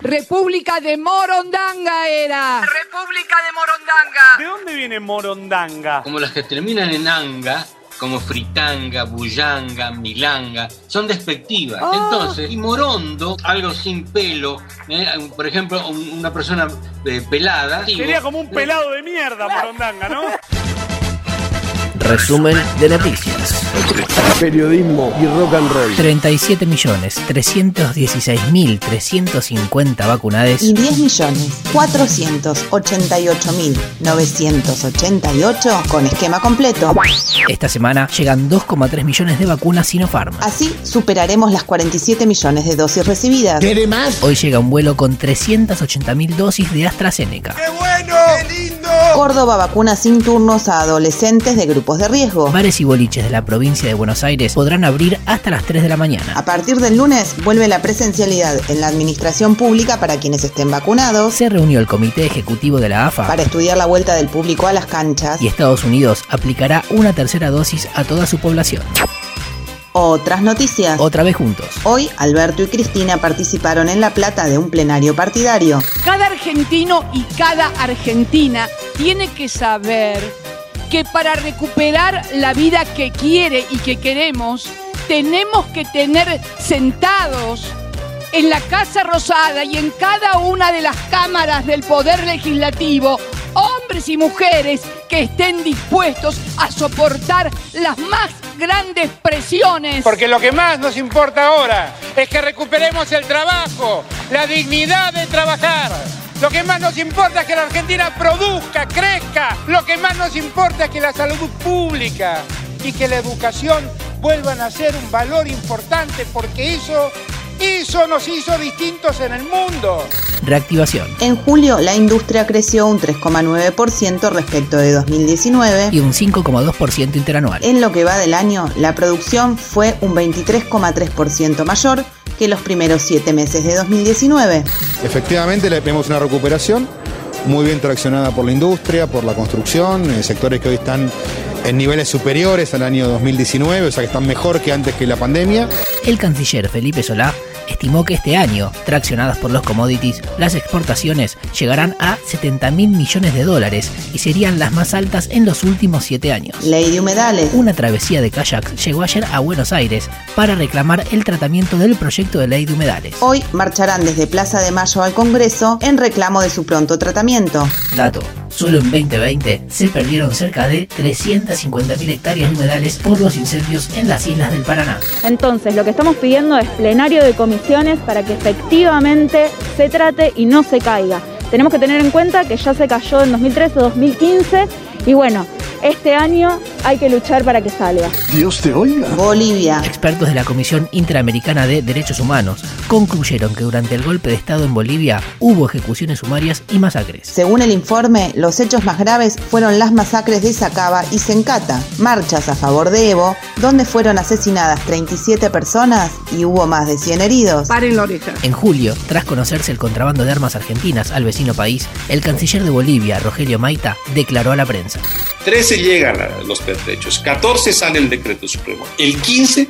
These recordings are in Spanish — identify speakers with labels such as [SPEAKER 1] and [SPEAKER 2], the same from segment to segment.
[SPEAKER 1] República de Morondanga era.
[SPEAKER 2] República de Morondanga.
[SPEAKER 3] ¿De dónde viene Morondanga?
[SPEAKER 4] Como las que terminan en anga, como fritanga, bullanga, milanga, son despectivas.
[SPEAKER 3] Ah.
[SPEAKER 4] Entonces, y morondo, algo sin pelo, eh, por ejemplo, un- una persona eh, pelada. eh,
[SPEAKER 3] Sería como un pelado de mierda, Morondanga, ¿no?
[SPEAKER 5] Resumen de noticias.
[SPEAKER 6] Periodismo y rock and roll.
[SPEAKER 5] 37.316.350 vacunades
[SPEAKER 7] y 10.488.988 con esquema completo.
[SPEAKER 5] Esta semana llegan 2,3 millones de vacunas Sinopharm.
[SPEAKER 7] Así superaremos las 47 millones de dosis recibidas.
[SPEAKER 5] Hoy llega un vuelo con 380.000 dosis de AstraZeneca.
[SPEAKER 7] Córdoba vacuna sin turnos a adolescentes de grupos de riesgo.
[SPEAKER 5] Bares y boliches de la provincia de Buenos Aires podrán abrir hasta las 3 de la mañana.
[SPEAKER 7] A partir del lunes vuelve la presencialidad en la administración pública para quienes estén vacunados,
[SPEAKER 5] Se reunió el comité ejecutivo de la AFA
[SPEAKER 7] para estudiar la vuelta del público a las canchas.
[SPEAKER 5] y Estados Unidos aplicará una tercera dosis a toda su población.
[SPEAKER 7] Otras noticias.
[SPEAKER 5] Otra vez juntos.
[SPEAKER 7] Hoy Alberto y Cristina participaron en La Plata de un plenario partidario.
[SPEAKER 1] Cada argentino y cada argentina tiene que saber que para recuperar la vida que quiere y que queremos, tenemos que tener sentados en la Casa Rosada y en cada una de las cámaras del Poder Legislativo hombres y mujeres que estén dispuestos a soportar las más grandes presiones.
[SPEAKER 8] Porque lo que más nos importa ahora es que recuperemos el trabajo, la dignidad de trabajar. Lo que más nos importa es que la Argentina produzca, crezca. Lo que más nos importa es que la salud pública y que la educación vuelvan a ser un valor importante porque eso, eso nos hizo distintos en el mundo.
[SPEAKER 5] Reactivación.
[SPEAKER 7] En julio, la industria creció un 3,9% respecto de 2019.
[SPEAKER 5] Y un 5,2% interanual.
[SPEAKER 7] En lo que va del año, la producción fue un 23,3% mayor que los primeros siete meses de 2019.
[SPEAKER 9] Efectivamente, le- vemos una recuperación muy bien traccionada por la industria, por la construcción, eh, sectores que hoy están en niveles superiores al año 2019, o sea que están mejor que antes que la pandemia.
[SPEAKER 5] El canciller Felipe Solá estimó que este año, traccionadas por los commodities, las exportaciones llegarán a 70 mil millones de dólares y serían las más altas en los últimos 7 años.
[SPEAKER 7] Ley de humedales.
[SPEAKER 5] Una travesía de kayak llegó ayer a Buenos Aires para reclamar el tratamiento del proyecto de ley de humedales.
[SPEAKER 7] Hoy marcharán desde Plaza de Mayo al Congreso en reclamo de su pronto tratamiento.
[SPEAKER 5] Dato. Solo en 2020 se perdieron cerca de 350.000 hectáreas de humedales por los incendios en las islas del Paraná.
[SPEAKER 10] Entonces, lo que estamos pidiendo es plenario de comisiones para que efectivamente se trate y no se caiga. Tenemos que tener en cuenta que ya se cayó en 2013 o 2015 y bueno, este año hay que luchar para que salga.
[SPEAKER 6] Dios te oiga.
[SPEAKER 7] Bolivia.
[SPEAKER 5] Expertos de la Comisión Interamericana de Derechos Humanos concluyeron que durante el golpe de Estado en Bolivia hubo ejecuciones sumarias y masacres.
[SPEAKER 7] Según el informe, los hechos más graves fueron las masacres de Sacaba y Sencata, marchas a favor de Evo, donde fueron asesinadas 37 personas y hubo más de 100 heridos.
[SPEAKER 1] Paren la oreja.
[SPEAKER 5] En julio, tras conocerse el contrabando de armas argentinas al vecino país, el canciller de Bolivia, Rogelio Maita, declaró a la prensa.
[SPEAKER 11] 13 llegan a los pertrechos, 14 sale el decreto supremo, el 15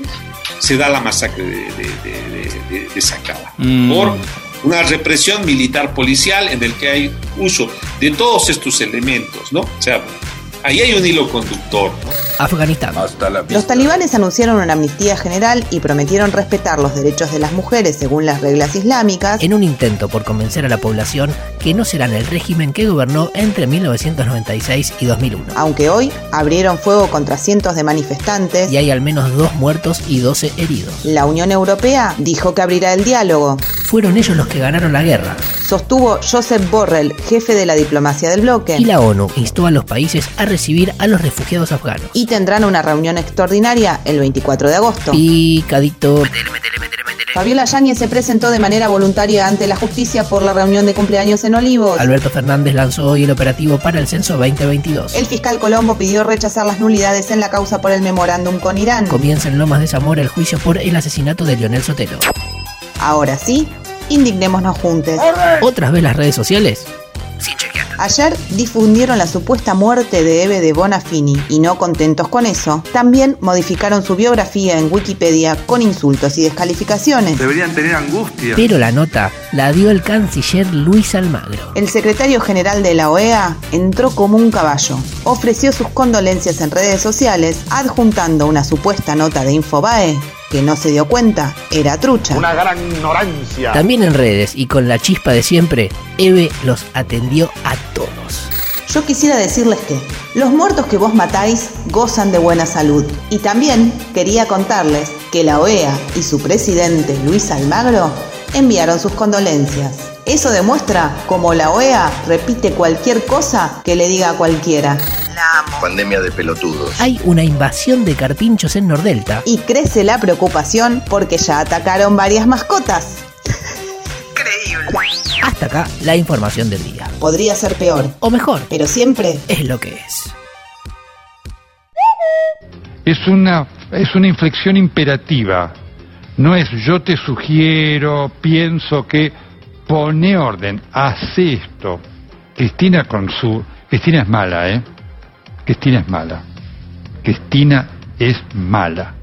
[SPEAKER 11] se da la masacre de, de- de- de- de- de Sacaba por una represión militar policial en el que hay uso de todos estos elementos, ¿no? O sea, ahí hay un hilo conductor. ¿no?
[SPEAKER 5] Afganistán.
[SPEAKER 7] Los talibanes anunciaron una amnistía general y prometieron respetar los derechos de las mujeres según las reglas islámicas.
[SPEAKER 5] En un intento por convencer a la población que no serán el régimen que gobernó entre 1996 y 2001.
[SPEAKER 7] Aunque hoy abrieron fuego contra cientos de manifestantes,
[SPEAKER 5] Y hay al menos dos muertos y 12 heridos.
[SPEAKER 7] la Unión Europea dijo que abrirá el diálogo.
[SPEAKER 5] Fueron ellos los que ganaron la guerra.
[SPEAKER 7] Sostuvo Joseph Borrell, jefe de la diplomacia del bloque.
[SPEAKER 5] Y la ONU instó a los países a recibir a los refugiados afganos.
[SPEAKER 7] y tendrán una reunión extraordinaria el 24 de agosto.
[SPEAKER 5] Picadito.
[SPEAKER 7] Fabiola Yáñez se presentó de manera voluntaria ante la justicia por la reunión de cumpleaños en Olivos.
[SPEAKER 5] Alberto Fernández lanzó hoy el operativo para el censo 2022.
[SPEAKER 7] El fiscal Colombo pidió rechazar las nulidades en la causa por el memorándum con Irán.
[SPEAKER 5] Comienza en Lomas de Zamora el juicio por el asesinato de Leonel Sotelo.
[SPEAKER 7] Ahora sí, indignémonos juntos.
[SPEAKER 5] ¿Otras vez las redes sociales? Sin chequear.
[SPEAKER 7] Ayer difundieron la supuesta muerte de Eve de Bonafini y no contentos con eso, también modificaron su biografía en Wikipedia con insultos y descalificaciones.
[SPEAKER 12] Deberían tener angustia.
[SPEAKER 5] Pero la nota la dio el canciller Luis Almagro.
[SPEAKER 7] El secretario general de la OEA entró como un caballo. Ofreció sus condolencias en redes sociales, adjuntando una supuesta nota de Infobae que no se dio cuenta era trucha.
[SPEAKER 6] Una gran ignorancia.
[SPEAKER 5] También en redes y con la chispa de siempre, Eve los atendió a todos.
[SPEAKER 7] Yo quisiera decirles que los muertos que vos matáis gozan de buena salud. Y también quería contarles que la OEA y su presidente Luis Almagro enviaron sus condolencias. Eso demuestra cómo la OEA repite cualquier cosa que le diga a cualquiera.
[SPEAKER 13] Pandemia de pelotudos.
[SPEAKER 5] Hay una invasión de carpinchos en Nordelta.
[SPEAKER 7] Y crece la preocupación porque ya atacaron varias mascotas.
[SPEAKER 5] Hasta acá la información del día.
[SPEAKER 7] Podría ser peor.
[SPEAKER 5] O mejor.
[SPEAKER 7] Pero siempre
[SPEAKER 5] es lo que es.
[SPEAKER 8] Es una, es una inflexión imperativa. No es yo te sugiero, pienso que pone orden, haz esto. Cristina con su Cristina es mala, ¿eh? Cristina es mala. Cristina es mala.